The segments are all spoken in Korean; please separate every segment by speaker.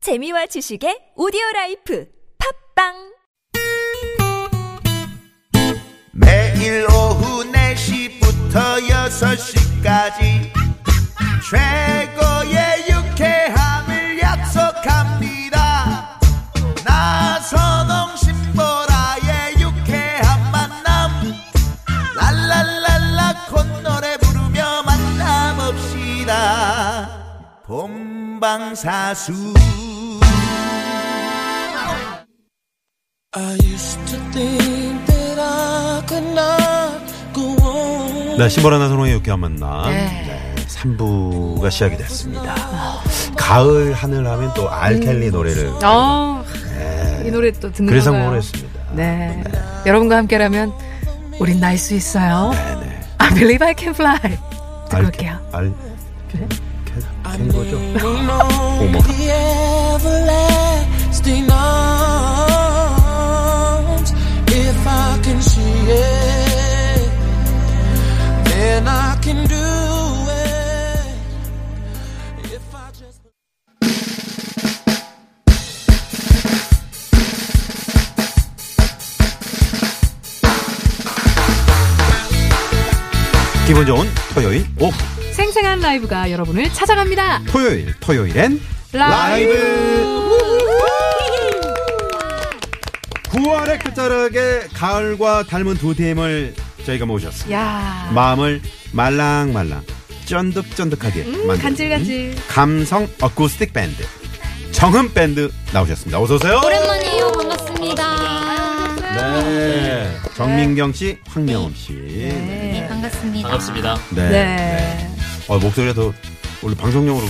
Speaker 1: 재미와 지식의 오디오 라이프 팝빵
Speaker 2: 매일 오후 4시부터 6시까지 최고의 유쾌함을 약속합니다 나선홍 신보라의 유쾌한 만남 랄랄랄라 콧노래 부르며 만남없시다 본방사수
Speaker 3: I used to think that I could not go on.
Speaker 4: 네, 신보라나 선홍의 유쾌한 만남.
Speaker 5: 네.
Speaker 4: 네. 3부가 시작이 됐습니다. 가을 하늘 하면 또
Speaker 5: 음.
Speaker 4: 알켈리 노래를.
Speaker 5: 어, 이 노래 또 듣는
Speaker 4: 네. 그래서
Speaker 5: 건가요?
Speaker 4: 모르겠습니다.
Speaker 5: 네. 여러분과 함께라면 우린 날 수 있어요.
Speaker 4: 네네.
Speaker 5: I believe I can fly. 듣고
Speaker 4: 알케-
Speaker 5: 올게요.
Speaker 4: 알,
Speaker 3: I
Speaker 4: 된 거죠.
Speaker 3: didn't know the everlasting arms. If I can see it, then I can do it. If I just
Speaker 4: 기분 좋은 토요일 오후.
Speaker 5: 생생한 라이브가 여러분을 찾아갑니다.
Speaker 4: 토요일, 토요일엔
Speaker 5: 라이브!
Speaker 4: 9월의 끝자락에 가을과 닮은 두 팀을 저희가 모셨습니다.
Speaker 5: 야
Speaker 4: 마음을 말랑말랑 쫀득쫀득하게 만드는
Speaker 5: 음, 간질간질.
Speaker 4: 감성 어쿠스틱 밴드 정음 밴드 나오셨습니다. 어서 오세요.
Speaker 6: 오랜만이에요. 반갑습니다.
Speaker 4: 네. 정민경 씨, 황명음 씨. 네.
Speaker 6: 네, 반갑습니다.
Speaker 7: 반갑습니다.
Speaker 4: 네.
Speaker 5: 네.
Speaker 4: 어, 목소리가 더 원래 방송용으로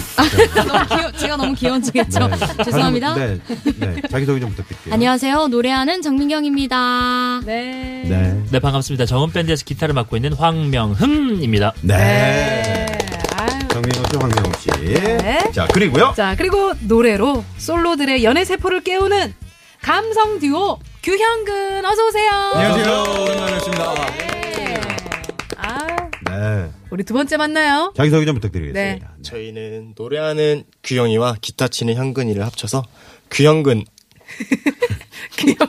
Speaker 6: 제가 너무 귀여운 척했죠. 죄송합니다.
Speaker 4: 네. 네. 자기 소개 좀 부탁드릴게요.
Speaker 6: 안녕하세요. 노래하는 정민경입니다.
Speaker 5: 네.
Speaker 4: 네.
Speaker 7: 네, 반갑습니다. 정은 밴드에서 기타를 맡고 있는 황명흠입니다.
Speaker 4: 네.
Speaker 5: 네. 아유.
Speaker 4: 정민경 씨, 황명음 씨.
Speaker 5: 네.
Speaker 4: 자, 그리고요.
Speaker 5: 자, 그리고 노래로 솔로들의 연애 세포를 깨우는 감성 듀오 규현근 어서 오세요.
Speaker 4: 안녕하세요. 오랜만에
Speaker 5: 네. 아,
Speaker 4: 네.
Speaker 5: 우리 두 번째 만나요.
Speaker 4: 자기 소개 좀 부탁드리겠습니다.
Speaker 3: 네.
Speaker 4: 네.
Speaker 8: 저희는 노래하는 규영이와 기타 치는 현근이를 합쳐서 규현근
Speaker 5: 규현근.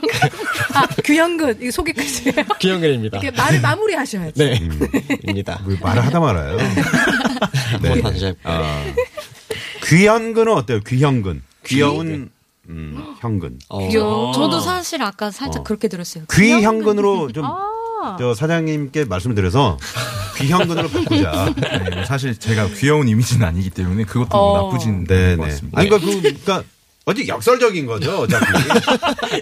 Speaker 5: 아, 규현근. 이 소개까지예요.
Speaker 8: 규현근입니다. 음.
Speaker 5: 이렇게 말을 마무리하셔야지.
Speaker 3: 네.
Speaker 8: 네. 네입니다.
Speaker 4: 뭐 말을 하다 말아요. 네.
Speaker 8: 뭐 다시 해볼게요.
Speaker 4: 아. 귀현근은 어때요? 귀현근. 귀여운 음, 현근.
Speaker 8: 어,
Speaker 5: 귀여워.
Speaker 6: 저도 사실 아까 살짝 그렇게 들었어요.
Speaker 4: 귀현근으로 아. 좀. 저 사장님께 말씀드려서 귀현근으로 바꾸자.
Speaker 9: 네, 사실 제가 귀여운 이미지는 아니기 때문에 그것도 뭐
Speaker 5: 어.
Speaker 9: 나쁘진 않은 것
Speaker 4: 네네.
Speaker 9: 같습니다.
Speaker 4: 아니, 그러니까 그, 그러니까 어디 역설적인 거죠, 어차피.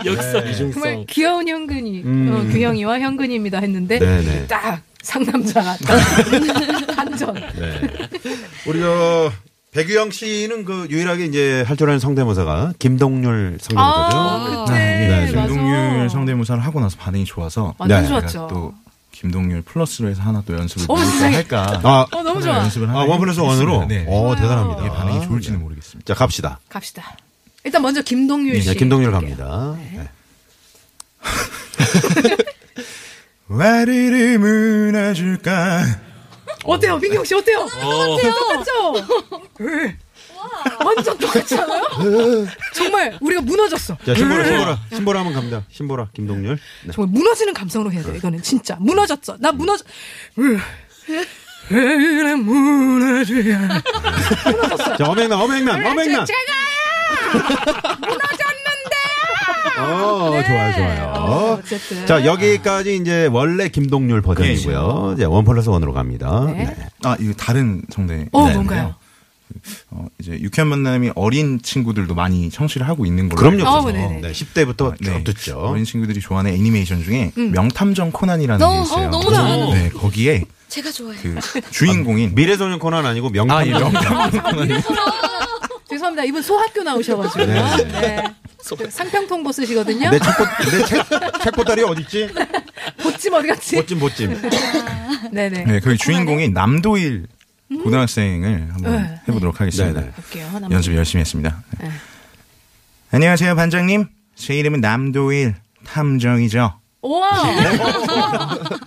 Speaker 7: 역사
Speaker 5: 정말
Speaker 8: 네, 이중성.
Speaker 5: 귀여운 현근이. 어, 규형이와 현근입니다 했는데
Speaker 4: 음. 네네.
Speaker 5: 딱 상남자 딱 한전.
Speaker 4: 네. 우리 저 백유영 씨는 그 유일하게 이제 할 줄 아는 성대모사가 김동률 성대모사죠.
Speaker 5: 아, 그때
Speaker 4: 네,
Speaker 5: 맞아.
Speaker 9: 김동률 성대모사를 하고 나서 반응이 좋아서
Speaker 5: 완전
Speaker 4: 네.
Speaker 5: 좋았죠.
Speaker 9: 제가 또 김동률 플러스로 해서 하나 또 연습을
Speaker 5: 어머,
Speaker 9: 또
Speaker 5: 세상에.
Speaker 9: 할까.
Speaker 4: 아,
Speaker 5: 어, 너무 좋아.
Speaker 9: 연습을
Speaker 4: 아,
Speaker 9: 하나
Speaker 4: 원 플러스
Speaker 9: 해보겠습니다.
Speaker 4: 원으로?
Speaker 9: 네.
Speaker 4: 어, 네. 대단합니다.
Speaker 9: 이게 반응이 좋을지는 모르겠습니다.
Speaker 4: 자, 갑시다.
Speaker 5: 갑시다. 일단 먼저 김동률 씨.
Speaker 4: 네, 김동률 갑니다. 네.
Speaker 9: 와르르 무너질까.
Speaker 5: 어때요, 민경 씨 어때요? 똑같죠? 예. 완전 똑같지 않아요? 정말 우리가 무너졌어.
Speaker 4: 네. 자, 신보라,
Speaker 5: 예.
Speaker 4: 신보라. 신보라 한번 갑니다. 신보라, 김동률. 네. 그렇죠. 음.
Speaker 5: 정말 무너지는 감성으로 해야 돼. 이거는 진짜 무너졌어. 나 무너져. 나 무너져야.
Speaker 4: 자, 어맹난, 어맹난, 어맹난. 어, 좋아요,
Speaker 5: 네. 어,
Speaker 4: 좋아요.
Speaker 5: 어쨌든.
Speaker 4: 자, 여기까지 이제 원래 김동률 버전이고요. 이제 원 플러스 원으로 갑니다.
Speaker 5: 네.
Speaker 4: 네.
Speaker 9: 아, 이거 다른 성대.
Speaker 5: 어,
Speaker 9: 네,
Speaker 5: 뭔가요?
Speaker 9: 어, 이제 유쾌한 만남이 어린 친구들도 많이 청취를 하고 있는 걸로.
Speaker 4: 그럼요.
Speaker 5: 어,
Speaker 4: 그래서.
Speaker 5: 네네.
Speaker 4: 네, 10대부터
Speaker 9: 아,
Speaker 4: 쭉 듣죠.
Speaker 9: 어린 친구들이 좋아하는 애니메이션 중에 명탐정 코난이라는
Speaker 6: 너무,
Speaker 9: 게 있어요.
Speaker 6: 어, 너무 좋아요.
Speaker 9: 네, 거기에
Speaker 6: 제가 좋아해요.
Speaker 9: 그 주인공인
Speaker 4: 아, 미래소년 코난 아니고 명탐.
Speaker 9: 아, 예, 명탐정 코난이
Speaker 5: 죄송합니다. 이분 소학교 나오셔가지고.
Speaker 4: 네.
Speaker 5: 네. 상평통보 쓰시거든요.
Speaker 4: 내 책보 내 책, 책보다리 어딨지?
Speaker 5: 보찜 어디 갔지?
Speaker 4: 보찜 보찜.
Speaker 5: 네네.
Speaker 9: 네, 그 주인공이 남도일 고등학생을 한번
Speaker 5: 네.
Speaker 9: 해보도록 하겠습니다.
Speaker 4: 네,
Speaker 5: 볼게요. 하나만.
Speaker 9: 연습 열심히 했습니다. 네. 안녕하세요, 반장님. 제 이름은 남도일 탐정이죠.
Speaker 5: 우와. 네.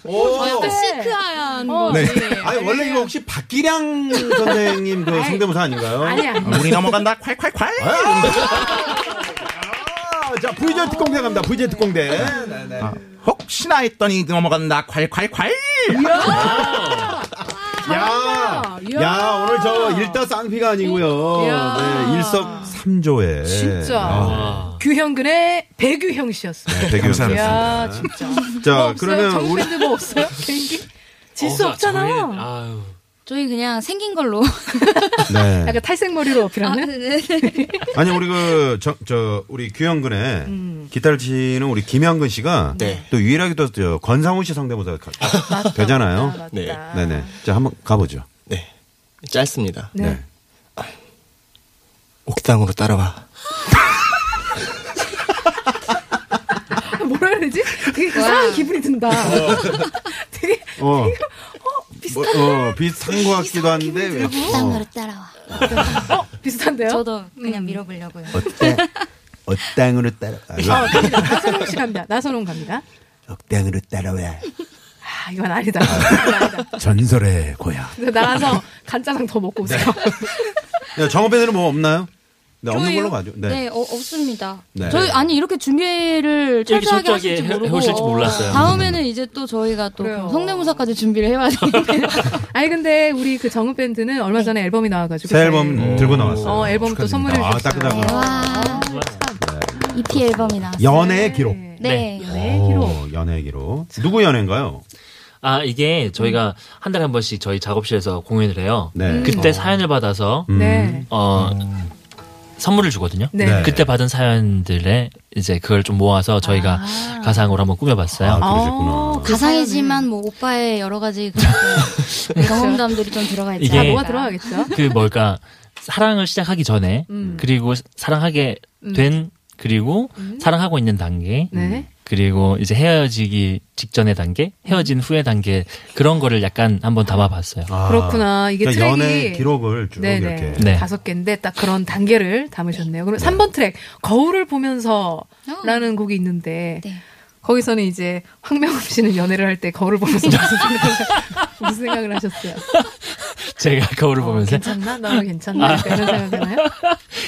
Speaker 4: 오.
Speaker 6: 어,
Speaker 5: 그
Speaker 6: 약간 시크하얀
Speaker 5: 어.
Speaker 4: 네.
Speaker 6: 거지.
Speaker 4: 아니 원래 이거 혹시 박기량 선생님 그 성대모사 아닌가요?
Speaker 5: 아니야.
Speaker 9: 아, 우리 넘어간다 콸콸콸
Speaker 4: 아, 자
Speaker 5: 어.
Speaker 4: VJ 특공대 갑니다. VJ 특공대. 네,
Speaker 9: 아, 혹시나 했더니 넘어간다 콸콸콸
Speaker 4: 야,
Speaker 5: 잘한다.
Speaker 4: 야,
Speaker 5: 이야.
Speaker 4: 오늘 저 일다 쌍피가 아니고요.
Speaker 5: 이야.
Speaker 4: 네, 일석 삼조에 네.
Speaker 5: 진짜.
Speaker 4: 아, 네,
Speaker 5: 규현근의 배규형 씨였어요.
Speaker 4: 되게 감사합니다.
Speaker 5: 야 진짜. 뭐
Speaker 4: 자,
Speaker 5: 없어요?
Speaker 4: 그러면 우리
Speaker 5: 정밴드 뭐 없어요? 개인기? 질 수
Speaker 7: 어, 저희-
Speaker 5: 없잖아.
Speaker 7: 아유.
Speaker 6: 저희 그냥 생긴 걸로.
Speaker 4: 네.
Speaker 5: 약간 탈색머리로
Speaker 6: 아,
Speaker 5: 어필하는?
Speaker 6: 네.
Speaker 4: 아니 우리 그 저 우리 규현근의 기타를 치는 우리 김현근 씨가
Speaker 8: 네.
Speaker 4: 또 유일하게 또 저, 권상우 씨 상대모사 가- 되잖아요.
Speaker 5: 맞다, 맞다.
Speaker 8: 네.
Speaker 4: 네네. 자 한번 가보죠.
Speaker 8: 네. 짧습니다.
Speaker 5: 네.
Speaker 4: 네.
Speaker 8: 옥상으로 따라와.
Speaker 5: 뭐라 해야 되지? 되게 이상한 기분이 든다. 되게
Speaker 4: 어, 뭐,
Speaker 5: 비슷한,
Speaker 4: 어 비슷한 것 같기도 한데 왜-
Speaker 6: 땅으로 따라와.
Speaker 5: 어, 비슷한데요? 음.
Speaker 6: 저도 그냥 밀어보려고요.
Speaker 4: 어, 어때? 어땅으로 따라. 아, 이거-
Speaker 5: 어, 갑니다. 나선홍 씨 갑니다. 나선홍 갑니다.
Speaker 2: 억당으로 따라와
Speaker 5: 아, 이건 아니다. 이건 아니다.
Speaker 2: 전설의 고향
Speaker 5: 그래서 나가서 간짜장 더 먹고 오세요.
Speaker 4: 네, 정업에는 뭐 없나요? 네, 없는
Speaker 6: 저희요?
Speaker 4: 걸로 가죠. 네.
Speaker 6: 네, 어, 없습니다.
Speaker 4: 네.
Speaker 6: 저희 아니 이렇게 준비를
Speaker 7: 이렇게
Speaker 6: 철저하게
Speaker 7: 철저하게
Speaker 6: 하실지
Speaker 7: 해-
Speaker 6: 모르고
Speaker 7: 해오실지 몰랐어요.
Speaker 6: 다음에는 이제 또 저희가 또
Speaker 5: 그래요.
Speaker 6: 성대모사까지 준비를 해와야 되는데
Speaker 5: 아니, 근데 우리 그 정읍 밴드는 얼마 전에 앨범이 나와가지고.
Speaker 4: 새 앨범
Speaker 5: 저희-
Speaker 4: 들고 나왔어요.
Speaker 5: 어, 앨범 또 선물해
Speaker 4: 아,
Speaker 5: 주셨어요.
Speaker 4: 따끈따끈.
Speaker 6: 와 EP 앨범이 나왔어요.
Speaker 4: 연애의 기록.
Speaker 6: 네.
Speaker 5: 네, 기록.
Speaker 4: 오, 연애의 기록. 누구 연애인가요?
Speaker 7: 아 이게 저희가 한 달에 한 번씩 저희 작업실에서 공연을 해요.
Speaker 5: 음.
Speaker 4: 네.
Speaker 8: 어.
Speaker 7: 그때 사연을 받아서
Speaker 8: 음.
Speaker 5: 네.
Speaker 7: 어 선물을 주거든요.
Speaker 5: 네. 네.
Speaker 7: 그때 받은 사연들의 이제 그걸 좀 모아서 저희가 가상으로 한번 꾸며봤어요.
Speaker 4: 아, 그러셨구나.
Speaker 6: 음.
Speaker 5: 어, 그
Speaker 6: 가상이지만 뭐 오빠의 여러 가지 그 경험담들이 좀 들어가 있지
Speaker 7: 이게-
Speaker 5: 다
Speaker 7: 예.
Speaker 5: 아, 뭐가 들어가겠죠?
Speaker 7: 그 뭘까 사랑을 시작하기 전에
Speaker 5: 음.
Speaker 7: 그리고 사랑하게 된 그리고 사랑하고 있는 단계
Speaker 5: 음. 네.
Speaker 7: 그리고 이제 헤어지기 직전의 단계
Speaker 5: 음.
Speaker 7: 헤어진 후의 단계 그런 거를 약간 한번 담아봤어요.
Speaker 4: 아,
Speaker 5: 그렇구나. 이게
Speaker 4: 그러니까
Speaker 5: 트랙이-
Speaker 4: 연애 기록을 쭉
Speaker 5: 네네.
Speaker 4: 이렇게.
Speaker 7: 네.
Speaker 5: 다섯 개인데 딱 그런 단계를 담으셨네요. 그럼 삼 3번 트랙, 거울을 보면서라는 곡이 있는데,
Speaker 6: 네.
Speaker 5: 거기서는 이제 황명업 씨는 연애를 할 때 거울을 보면서 무슨 생각을, 무슨 생각을 하셨어요?
Speaker 7: 제가 거울을
Speaker 5: 어,
Speaker 7: 보면서
Speaker 5: 괜찮나? 나
Speaker 7: 아.
Speaker 5: 괜찮나? 약간 이런 생각하나요?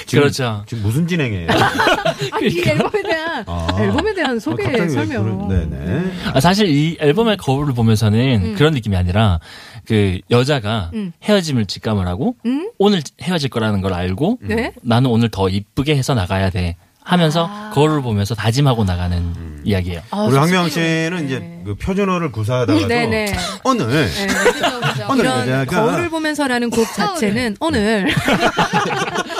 Speaker 4: 지금-
Speaker 7: 그렇죠.
Speaker 4: 지금 무슨 진행이에요?
Speaker 5: 아니, 이
Speaker 7: 그러니까.
Speaker 5: 앨범에 대한,
Speaker 4: 아.
Speaker 5: 앨범에 대한 소개,
Speaker 4: 갑자기 왜
Speaker 5: 설명.
Speaker 4: 그런- 네네.
Speaker 7: 아, 사실 이 앨범의 거울을 보면서는 그런 느낌이 아니라 그 여자가
Speaker 5: 음.
Speaker 7: 헤어짐을 직감을 하고
Speaker 5: 음?
Speaker 7: 오늘 헤어질 거라는 걸 알고
Speaker 5: 네?
Speaker 7: 나는 오늘 더 이쁘게 해서 나가야 돼 하면서 거울을 보면서 다짐하고 나가는 이야기예요.
Speaker 5: 아,
Speaker 4: 우리 황명
Speaker 5: 좋습니다.
Speaker 4: 씨는 이제
Speaker 5: 네.
Speaker 4: 그 표준어를 구사하다가도
Speaker 5: 네네.
Speaker 4: 오늘
Speaker 5: 네.
Speaker 6: 그죠, 그죠.
Speaker 4: 오늘
Speaker 5: 이런
Speaker 4: 여자가
Speaker 5: 거울을 보면서라는 곡 자체는 오늘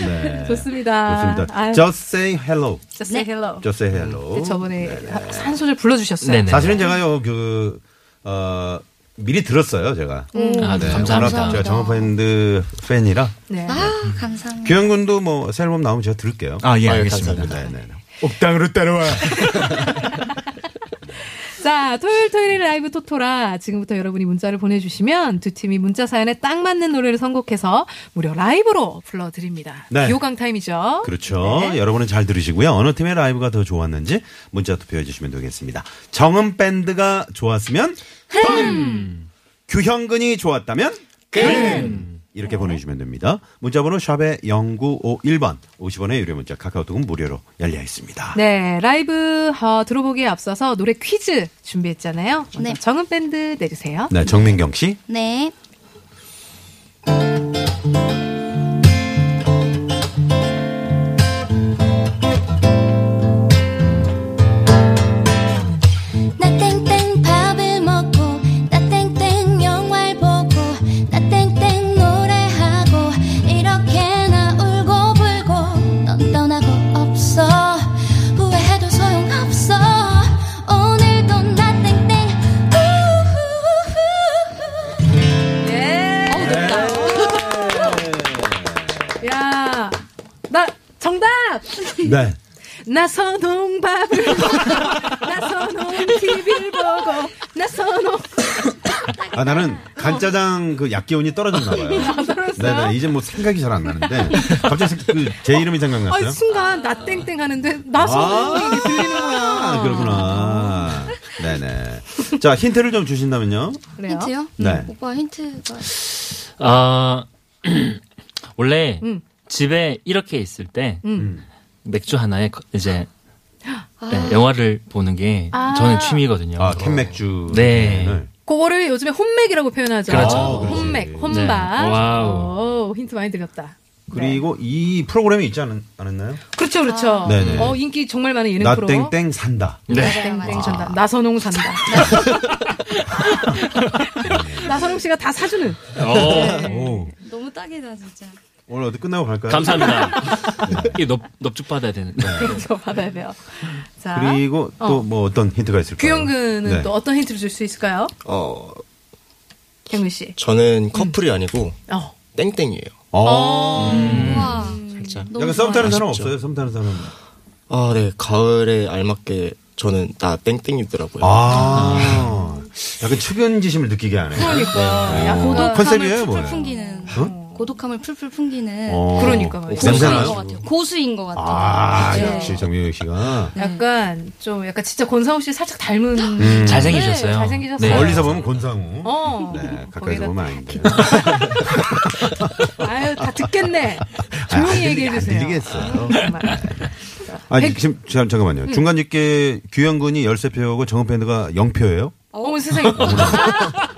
Speaker 4: 네.
Speaker 5: 좋습니다.
Speaker 4: 좋습니다.
Speaker 5: 아유,
Speaker 4: Just say hello.
Speaker 5: just say hello.
Speaker 4: Just say hello.
Speaker 7: 음,
Speaker 5: 네, 저번에 한 소절 불러주셨어요.
Speaker 7: 네네.
Speaker 4: 사실은 제가요 그 어, 미리 들었어요 제가.
Speaker 7: 아, 네,
Speaker 4: 네,
Speaker 7: 감사합니다.
Speaker 4: 워낙 제가 정업밴드 팬이라
Speaker 5: 네.
Speaker 6: 아, 감사합니다.
Speaker 4: 규현 군도 뭐 새 앨범 나오면 제가 들을게요.
Speaker 9: 아 예
Speaker 8: 아유,
Speaker 9: 알겠습니다
Speaker 8: 감사합니다.
Speaker 4: 네, 네.
Speaker 9: 옥당으로 따라와
Speaker 5: 자, 토요일 토요일 라이브 토토라 지금부터 여러분이 문자를 보내주시면 두 팀이 문자 사연에 딱 맞는 노래를 선곡해서 무려 라이브로 불러드립니다.
Speaker 4: 네.
Speaker 5: 요강 타임이죠. 네.
Speaker 4: 그렇죠. 여러분은 잘 들으시고요. 어느 팀의 라이브가 더 좋았는지 문자 투표해 주시면 되겠습니다. 정음 밴드가 좋았으면 흠. 규현근이 좋았다면 금 어? 이렇게 보내주시면 됩니다. 문자번호 샵에 0951번 50원의 유료 문자 카카오톡은 무료로 열려 있습니다.
Speaker 5: 네, 라이브 어, 들어보기에 앞서서 노래 퀴즈 준비했잖아요. 먼저
Speaker 6: 네.
Speaker 5: 정은 밴드 내주세요.
Speaker 4: 네, 정민경 씨.
Speaker 6: 네. 나 땡땡 밥을 먹고 나 땡땡 영화를 보고 나 땡땡 노래하고 이렇게 나 울고 불고 넌 떠나고 없어 후회해도 소용없어 오늘도 나 땡땡 우후후후
Speaker 5: 야, 나 정답!
Speaker 4: 네.
Speaker 5: 나선홍 밥을 먹고, 나선홍 TV를 보고, 나선홍.
Speaker 4: 아 나는 간짜장 그 약기운이 떨어졌나 봐요. 네,
Speaker 5: 생각났어요?
Speaker 4: 네, 이제 뭐 생각이 잘 안 나는데 갑자기 그 제 이름이 생각났어요.
Speaker 5: 아, 순간 나 땡땡 하는데 나 소리 이게 들리는
Speaker 4: 아,
Speaker 5: 거야.
Speaker 4: 그렇구나. 네네. 자 힌트를 좀 주신다면요.
Speaker 5: 그래요?
Speaker 6: 힌트요?
Speaker 4: 네.
Speaker 6: 오빠 힌트가
Speaker 7: 아 원래
Speaker 5: 음.
Speaker 7: 집에 이렇게 있을 때
Speaker 5: 음.
Speaker 7: 맥주 하나에 거- 이제 네, 영화를 보는 게
Speaker 5: 아.
Speaker 7: 저는 취미거든요.
Speaker 4: 아 캔맥주.
Speaker 7: 어. 네.
Speaker 5: 그거를 요즘에 홈맥이라고 표현하죠.
Speaker 7: 그렇죠.
Speaker 5: 아,
Speaker 4: 그렇지.
Speaker 5: 홈맥,
Speaker 4: 네.
Speaker 5: 홈바.
Speaker 7: 와우.
Speaker 5: 오, 힌트 많이 드렸다.
Speaker 4: 그리고
Speaker 5: 네.
Speaker 4: 이 프로그램이 있지 않, 않았나요?
Speaker 5: 그렇죠, 그렇죠.
Speaker 4: 아. 네네.
Speaker 5: 어, 인기 정말 많은 예능
Speaker 4: 나
Speaker 5: 프로.
Speaker 4: 땡땡 산다.
Speaker 7: 네.
Speaker 5: 땡땡 산다. 나선홍 산다. 나선홍 씨가 다 사주는.
Speaker 4: 네.
Speaker 7: 어,
Speaker 4: 오.
Speaker 6: 너무 딱이다 진짜.
Speaker 4: 오늘 어디 끝나고 갈까요? 네.
Speaker 7: 감사합니다. 이게 넙, 넙죽 받아야 되는데.
Speaker 5: 그렇죠, 받아야 돼요. 자,
Speaker 4: 그리고 또 뭐 어. 떤 힌트가 있을까요?
Speaker 5: 규영근은
Speaker 4: 네.
Speaker 5: 또 어떤 힌트를 줄 수 있을까요?
Speaker 8: 어,
Speaker 5: 경민
Speaker 4: 네.
Speaker 5: 씨.
Speaker 8: 저는 커플이 아니고
Speaker 5: 어.
Speaker 8: 땡땡이에요.
Speaker 4: 어.
Speaker 6: 우와.
Speaker 8: 살짝.
Speaker 6: 너무
Speaker 4: 약간 썸 타는 사람
Speaker 8: 아쉽죠.
Speaker 4: 없어요? 썸 타는 사람.
Speaker 8: 아, 네. 가을에 알맞게 저는 나 땡땡이더라고요.
Speaker 4: 아. 약간 측은지심을 느끼게 하네.
Speaker 5: 그러니까. 야,
Speaker 4: 어.
Speaker 5: 고독.
Speaker 4: 컨셉이에요,
Speaker 6: 고독함을 풀풀
Speaker 4: 뭐예요?
Speaker 6: 풍기는 고독함을 풀풀 풍기는
Speaker 4: 어.
Speaker 5: 그러니까 말이야.
Speaker 6: 고수인
Speaker 4: 괜찮아요?
Speaker 6: 것 같아요. 고수인 것 같아요.
Speaker 4: 아,
Speaker 6: 네.
Speaker 4: 역시 정민혁 씨가.
Speaker 5: 음. 약간 좀 약간 진짜 권상우 씨 살짝 닮은.
Speaker 7: 잘생기셨어요.
Speaker 5: 네, 잘생기셨어요.
Speaker 7: 네.
Speaker 4: 멀리서 보면 권상우.
Speaker 5: 어.
Speaker 4: 음. 네, 가까이서
Speaker 5: 거기다
Speaker 4: 보면 아닌데.
Speaker 5: 아유 다 듣겠네. 조용히 얘기해
Speaker 4: 아,
Speaker 5: 주세요.
Speaker 4: 안 들리겠어요.
Speaker 5: 정말.
Speaker 4: 아니, 지금, 잠- 잠깐만요.
Speaker 5: 예.
Speaker 4: 중간 집계 규현군이 13표고 정은팬드가 0표예요?
Speaker 5: 어머 세상에.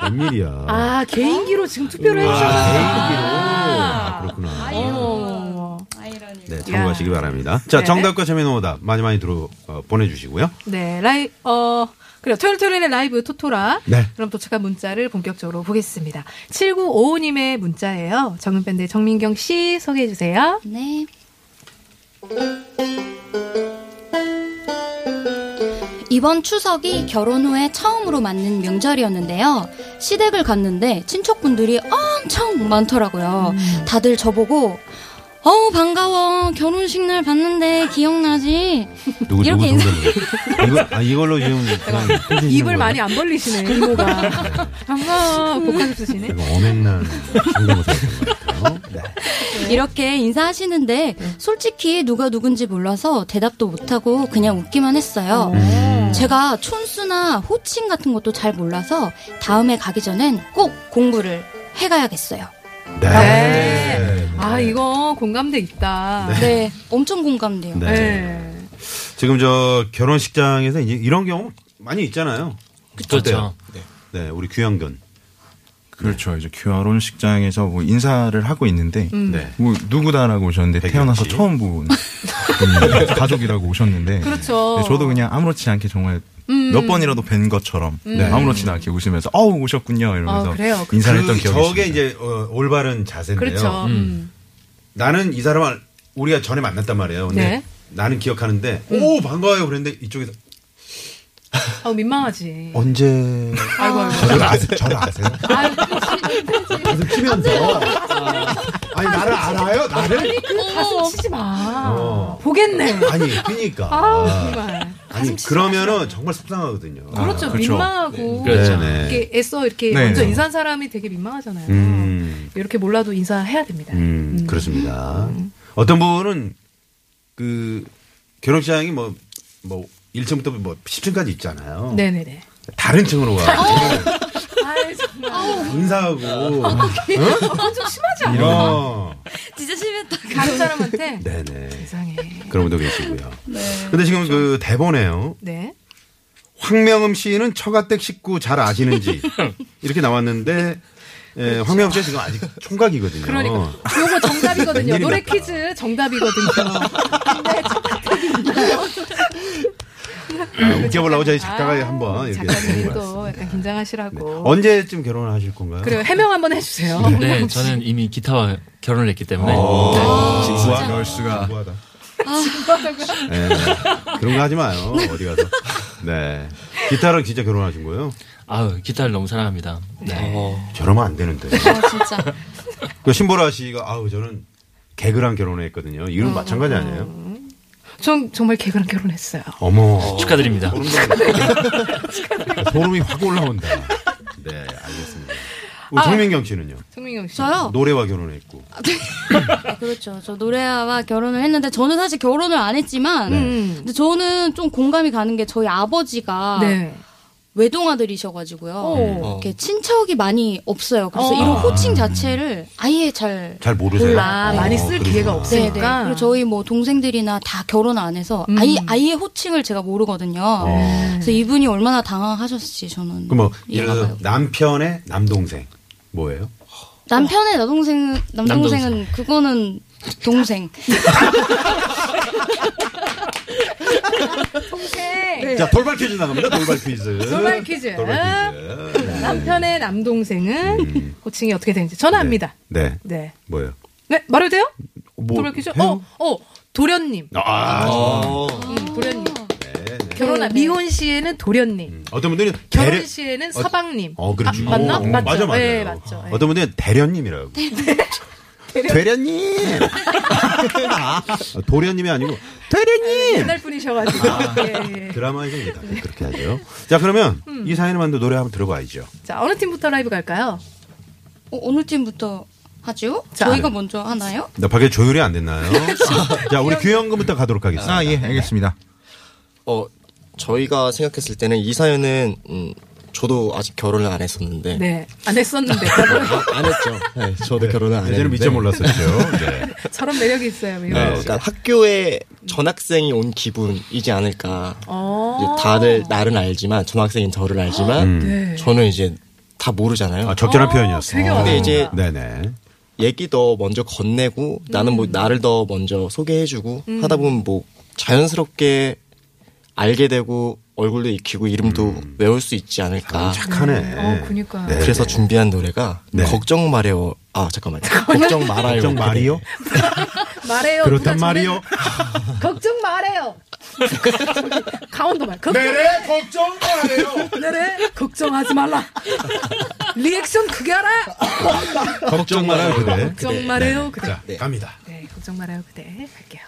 Speaker 4: 웬일이야.
Speaker 5: 아 개인기로 지금 투표를 해주셨구나.
Speaker 4: 음. 아, 그렇구나.
Speaker 5: 어머.
Speaker 6: 아이러니.
Speaker 4: 네, 참고하시기 바랍니다. 자,
Speaker 5: 네.
Speaker 4: 정답과 재미있는 오답 많이 많이 들어 어, 보내주시고요.
Speaker 5: 네 라이 어. 그래요. 토요일 토요일의 라이브 토토라.
Speaker 4: 네.
Speaker 5: 그럼 도착한 문자를 본격적으로 보겠습니다. 7955님의 문자예요. 정은밴드의 정민경 씨 소개해 주세요.
Speaker 6: 네. 이번 추석이 결혼 후에 처음으로 맞는 명절이었는데요. 시댁을 갔는데 친척분들이 엄청 많더라고요.
Speaker 4: 음.
Speaker 6: 다들 저보고 어우 반가워 결혼식 날 봤는데 기억나지?
Speaker 4: 누구,
Speaker 6: 이렇게
Speaker 4: 누구 정답이에요? 이거, 아, 이걸로 지금 그냥 통신
Speaker 5: 입을
Speaker 4: 거예요?
Speaker 5: 많이 안 벌리시네 이모가. 반가워. 복한 쓰시네.
Speaker 4: 약간 엄행난 성대모사였던 것 같아요. 네.
Speaker 6: 이렇게 인사하시는데 솔직히 누가 누군지 몰라서 대답도 못하고 그냥 웃기만 했어요. 제가 촌수나 호칭 같은 것도 잘 몰라서 다음에 가기 전엔 꼭 공부를 해가야겠어요.
Speaker 4: 네.
Speaker 5: 네. 아 이거 공감대 있다.
Speaker 6: 네, 엄청 공감돼요.
Speaker 4: 네.
Speaker 5: 네.
Speaker 4: 지금 저 결혼식장에서 이제 이런 경우 많이 있잖아요.
Speaker 7: 그렇죠.
Speaker 4: 네, 우리 규현군.
Speaker 9: 그렇죠. 이제 결혼식장에서 뭐 인사를 하고 있는데
Speaker 5: 음.
Speaker 4: 네.
Speaker 9: 뭐 누구다라고 오셨는데
Speaker 4: 백일치.
Speaker 9: 태어나서 처음 본 분이 가족이라고 오셨는데
Speaker 5: 그렇죠. 음.
Speaker 9: 네, 저도 그냥 아무렇지 않게 정말 몇 번이라도 뵌 것처럼 아무렇지나 않게 웃으면서 어우 오셨군요 이러면서
Speaker 5: 네. 아, 그래요?
Speaker 9: 인사를 했던
Speaker 4: 그
Speaker 9: 기억이 있습니다.
Speaker 4: 저게 이제 어, 올바른 자세인데요.
Speaker 5: 그렇죠. 음.
Speaker 4: 나는 이 사람을 우리가 전에 만났단 말이에요. 근데
Speaker 5: 네. 음.
Speaker 4: 나는 기억하는데 오 반가워요 그랬는데 이쪽에서
Speaker 5: 아우 민망하지.
Speaker 4: 어. 언제
Speaker 5: 아이고 아이고.
Speaker 4: 저를 아세요? 저를 아세요?
Speaker 5: 아유,
Speaker 4: 가슴 치면서 아니 나를 알아요? 나를?
Speaker 5: 그 가슴 치지 마.
Speaker 4: 어.
Speaker 5: 보겠네.
Speaker 4: 아니 그니까
Speaker 5: 아우 정말.
Speaker 4: 아니 그러면은 정말 속상하거든요.
Speaker 9: 아,
Speaker 5: 그렇죠.
Speaker 9: 그렇죠.
Speaker 5: 민망하고.
Speaker 7: 그렇죠.
Speaker 4: 네, 네.
Speaker 5: 이렇게 애써 이렇게
Speaker 9: 네.
Speaker 5: 먼저 인사한 사람이 되게 민망하잖아요.
Speaker 4: 음,
Speaker 5: 이렇게 몰라도 인사해야 됩니다.
Speaker 4: 음, 그렇습니다. 어떤 분은 그 결혼식장이 뭐 뭐 1층부터 뭐 10층까지 있잖아요.
Speaker 5: 네네네.
Speaker 4: 다른 층으로 가.
Speaker 5: 아이 정말.
Speaker 4: 인사하고
Speaker 5: 어, 좀 심하지 않아?
Speaker 4: 이런.
Speaker 6: 진짜 심했다.
Speaker 5: 다른 사람한테
Speaker 4: 네네.
Speaker 5: 이상해.
Speaker 4: 그런 분도 계시고요. 근데 지금 그 대본에요.
Speaker 5: 네.
Speaker 4: 황명음 씨는 처가댁 식구 잘 아시는지 이렇게 나왔는데 예, 황명음 씨 지금 아직 총각이거든요.
Speaker 5: 그렇죠. 그러니까 요거 정답이거든요.
Speaker 4: 어. 웬일인가
Speaker 5: 노래
Speaker 4: 보다.
Speaker 5: 퀴즈 정답이거든요. 근데
Speaker 4: 아, 웃겨보려고 저희 작가가
Speaker 5: 아,
Speaker 4: 한번 이렇게
Speaker 5: 작가님이
Speaker 4: 해본 것 네.
Speaker 5: 또 약간 긴장하시라고. 어.
Speaker 4: 언제쯤 결혼을 하실 건가요?
Speaker 5: 그래요. 해명 한번 해주세요.
Speaker 7: 네, 저는 이미 기타와 결혼을 했기 때문에.
Speaker 4: 어.
Speaker 7: 네.
Speaker 9: 어.
Speaker 4: 진짜
Speaker 9: 열수가.
Speaker 4: 진부하다.
Speaker 5: 아,
Speaker 4: 네, 네. 그런 거 하지 마요. 어디 가서. 네. 기타랑 진짜 결혼하신 거예요?
Speaker 7: 아유, 기타를 너무 사랑합니다. 네.
Speaker 4: 저러면 안 되는데.
Speaker 6: 아, 진짜.
Speaker 4: 그 신보라 씨가 아우 저는 개그랑 결혼했거든요. 이건
Speaker 5: 음.
Speaker 4: 마찬가지 아니에요?
Speaker 5: 전 정말 개그랑 결혼했어요.
Speaker 4: 어머.
Speaker 7: 축하드립니다.
Speaker 4: 소름이 확 올라온다. 네, 알겠습니다. 네, 우리
Speaker 5: 아.
Speaker 4: 정민경 씨는요?
Speaker 5: 송민경 씨.
Speaker 6: 저요?
Speaker 4: 노래와 결혼했고.
Speaker 6: 아, 그렇죠. 저 노래와 결혼을 했는데 저는 사실 결혼을 안 했지만 근데 저는 좀 공감이 가는 게 저희 아버지가
Speaker 5: 네.
Speaker 6: 외동아들이셔가지고요.
Speaker 5: 오.
Speaker 8: 어.
Speaker 6: 이렇게 친척이 많이 없어요. 그래서
Speaker 5: 어.
Speaker 6: 이런 호칭 자체를 아예 잘.
Speaker 4: 잘 모르세요?
Speaker 5: 몰라.
Speaker 4: 어,
Speaker 5: 많이 쓸
Speaker 4: 그러시구나.
Speaker 5: 기회가
Speaker 6: 네네.
Speaker 5: 없으니까.
Speaker 6: 그리고 저희 뭐 동생들이나 다 결혼 안 해서 아예 아예 호칭을 제가 모르거든요.
Speaker 4: 어.
Speaker 6: 그래서 이분이 얼마나 당황하셨을지 저는.
Speaker 4: 그럼 뭐 예를
Speaker 6: 이해가
Speaker 4: 들어
Speaker 6: 가요.
Speaker 4: 남편의 남동생 뭐예요?
Speaker 6: 남편의 남동생 남동생은 그거는 동생.
Speaker 5: 네.
Speaker 4: 자 돌발 퀴즈 나갑니다. 돌발 퀴즈.
Speaker 5: 돌발 퀴즈.
Speaker 4: 돌발 퀴즈.
Speaker 5: 남편의 남동생은
Speaker 4: 음.
Speaker 5: 호칭이 어떻게 되는지 저는 압니다.
Speaker 4: 네.
Speaker 5: 네.
Speaker 4: 뭐예요?
Speaker 5: 네, 말해도 돼요?
Speaker 4: 뭐
Speaker 5: 돌발 퀴즈?
Speaker 4: 해요?
Speaker 5: 어, 어, 도련님.
Speaker 4: 아,
Speaker 5: 음, 도련님.
Speaker 4: 네, 네.
Speaker 5: 결혼한 미혼 시에는 도련님.
Speaker 4: 어떤 분들은
Speaker 5: 결혼
Speaker 4: 대려-
Speaker 5: 시에는 서방님.
Speaker 4: 어, 그렇죠.
Speaker 5: 아, 맞나?
Speaker 4: 어,
Speaker 5: 맞죠.
Speaker 4: 맞아, 맞아요.
Speaker 5: 예, 맞죠. 예.
Speaker 4: 어떤 분들은 대련님이라고. 대련님. 아, 도련님이 아니고 대련님.
Speaker 5: 옛날 분이셔가지고. 예, 예.
Speaker 4: 드라마에서입니다. 그렇게 하죠. 자 그러면 이 사연을 만든 노래 한번 들어봐야죠.
Speaker 5: 자, 어느 팀부터 라이브 갈까요?
Speaker 6: 어, 어느 팀부터 하죠?
Speaker 5: 자.
Speaker 6: 저희가 먼저 하나요?
Speaker 4: 나 밖에 조율이 안 됐나요? 자 우리 규현군부터 가도록 하겠습니다.
Speaker 9: 아, 예, 알겠습니다.
Speaker 8: 어, 저희가 생각했을 때는 이 사연은 음, 저도 아직 결혼을 안 했었는데
Speaker 5: 네. 안 했었는데.
Speaker 8: 아, 안 했죠. 네, 저도 결혼을 안
Speaker 4: 예전에
Speaker 8: 했는데.
Speaker 4: 미처 몰랐었죠. 네.
Speaker 5: 저런 매력이 있어요. 뭐 이런.
Speaker 8: 네, 약간 학교에 전학생이 온 기분이지 않을까.
Speaker 5: 어. 아, 네.
Speaker 8: 이제 다들 나를 알지만 전학생인 저를 알지만 저는 이제 다 모르잖아요.
Speaker 4: 아, 적절한
Speaker 5: 어,
Speaker 4: 표현이었어.
Speaker 5: 되게
Speaker 4: 요
Speaker 5: 근데
Speaker 8: 이제-
Speaker 4: 네네.
Speaker 8: 얘기도 먼저 건네고 나는 뭐 나를 더 먼저 소개해주고 하다 보면 뭐 자연스럽게 알게 되고 얼굴도 익히고 이름도 외울 수 있지 않을까.
Speaker 4: 착하네.
Speaker 5: 어, 그니까.
Speaker 4: 음. 아, 네.
Speaker 8: 그래서 준비한 노래가
Speaker 4: 네.
Speaker 8: 걱정 말아요. 아 잠깐만. 걱정 말아요.
Speaker 4: 걱정 말이요?
Speaker 5: 말해요.
Speaker 4: 그렇단
Speaker 5: 누가
Speaker 4: 말이요?
Speaker 5: 전에- 걱정 말해요. 저기, 강원도 말. 걱정
Speaker 4: 네, 걱정 말이요.
Speaker 5: 내래 걱정하지 말라. 리액션 크게 하라.
Speaker 4: 걱정 말아요 아, 그래.
Speaker 5: 걱정 말해요. 그대.
Speaker 4: 네. 자 갑니다.
Speaker 5: 네, 걱정 말아요. 그대. 갈게요.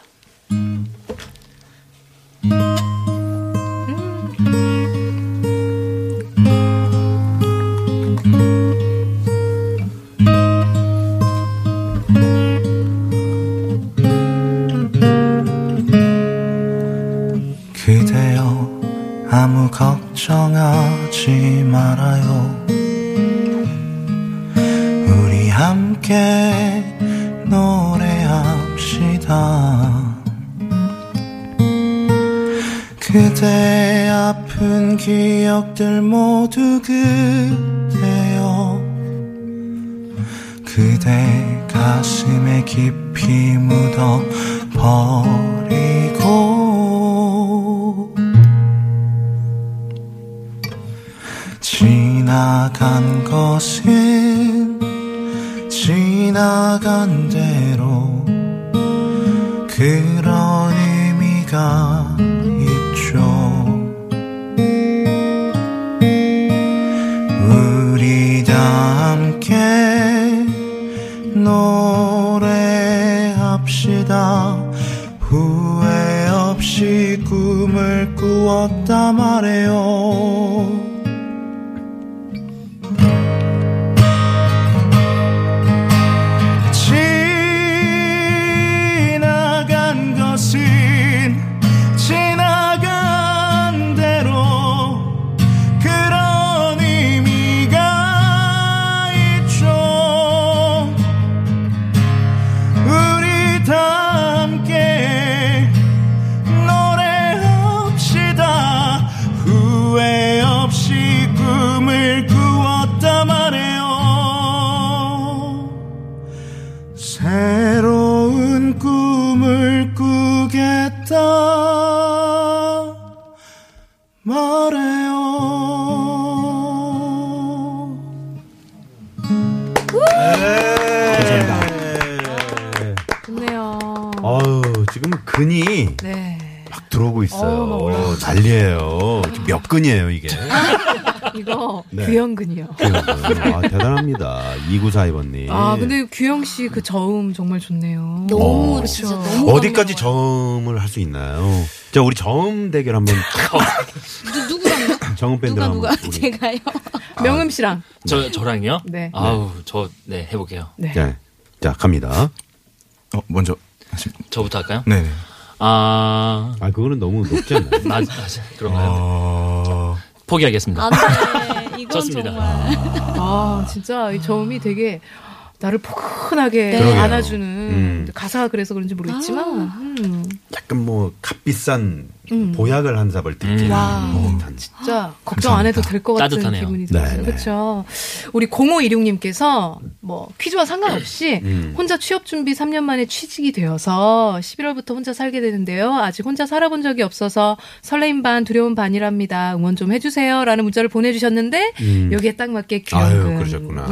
Speaker 2: 그대여 아무 걱정하지 말아요 우리 함께 노래합시다 그대 아픈 기억들 모두 그대여 그대 가슴에 깊이 묻어 버리고 지나간 것은 지나간 대로 그런 의미가 있죠. 우리 다 함께 노래합시다 후회 없이 꿈을 꾸었다 말해요 지나간 것은 지나간 대로 그런 의미가 있죠. 우리 다 함께 노래합시다. 후회 없이 꿈을 꾸었다 말해요. 새로운 꿈을 꾸겠다. 말해요.
Speaker 5: 좋네요.
Speaker 4: 아유 지금 근이
Speaker 5: 네.
Speaker 4: 막 들어오고
Speaker 5: 어우, 막
Speaker 4: 있어요. 난리예요. 지금 몇 근이에요 이게.
Speaker 5: 이거
Speaker 4: 네.
Speaker 5: 규영근이요.
Speaker 4: 아 대단합니다. 2942번님.
Speaker 5: 아, 근데 규영 씨 그 저음 정말 좋네요.
Speaker 6: 너무
Speaker 4: 어.
Speaker 6: 진짜
Speaker 5: 그렇죠.
Speaker 6: 너무
Speaker 4: 어디까지
Speaker 6: 감미로워요.
Speaker 4: 저음을 할 수 있나요? 자 우리 저음 대결 한번
Speaker 6: 누, 누구랑
Speaker 4: 정음 밴드
Speaker 6: 누가
Speaker 4: 한번
Speaker 6: 누가
Speaker 4: 우리
Speaker 6: 제가요?
Speaker 7: 아.
Speaker 5: 명음 씨랑.
Speaker 7: 저 저랑요?
Speaker 5: 네.
Speaker 7: 아우 저 네 해볼게요.
Speaker 5: 네.
Speaker 4: 네. 자, 갑니다.
Speaker 9: 어, 먼저 하시.
Speaker 7: 저부터 할까요?
Speaker 9: 네네.
Speaker 7: 아
Speaker 4: 아, 그거는 너무 높지 않나요?
Speaker 7: 맞, 맞아 그런가요?
Speaker 9: 어,
Speaker 7: 포기하겠습니다.
Speaker 6: 아, 네. 안돼 이건
Speaker 7: 아, 좋습니다.
Speaker 6: 정말
Speaker 5: 아, 진짜 이 저음이 되게 나를 포근하게
Speaker 7: 네.
Speaker 4: 그러게요.
Speaker 5: 안아주는
Speaker 4: 음.
Speaker 5: 가사가 그래서 그런지 모르겠지만
Speaker 7: 아.
Speaker 5: 음,
Speaker 4: 약간 뭐 값비싼 보약을 한 삽을 듣기는 듯한.
Speaker 5: 진짜 걱정 안 해도 될 것 같은
Speaker 7: 따뜻하네요.
Speaker 4: 네,
Speaker 5: 기분이 들었어요.
Speaker 4: 네.
Speaker 5: 그렇죠. 우리 0516님께서 뭐 퀴즈와 상관없이
Speaker 4: 음.
Speaker 5: 혼자 취업 준비 3년 만에 취직이 되어서 11월부터 혼자 살게 되는데요. 아직 혼자 살아본 적이 없어서 설레임 반 두려움 반이랍니다. 응원 좀 해주세요라는 문자를 보내주셨는데
Speaker 4: 음.
Speaker 5: 여기에 딱 맞게
Speaker 4: 아유,
Speaker 5: 귀여운이
Speaker 4: 그러셨구나.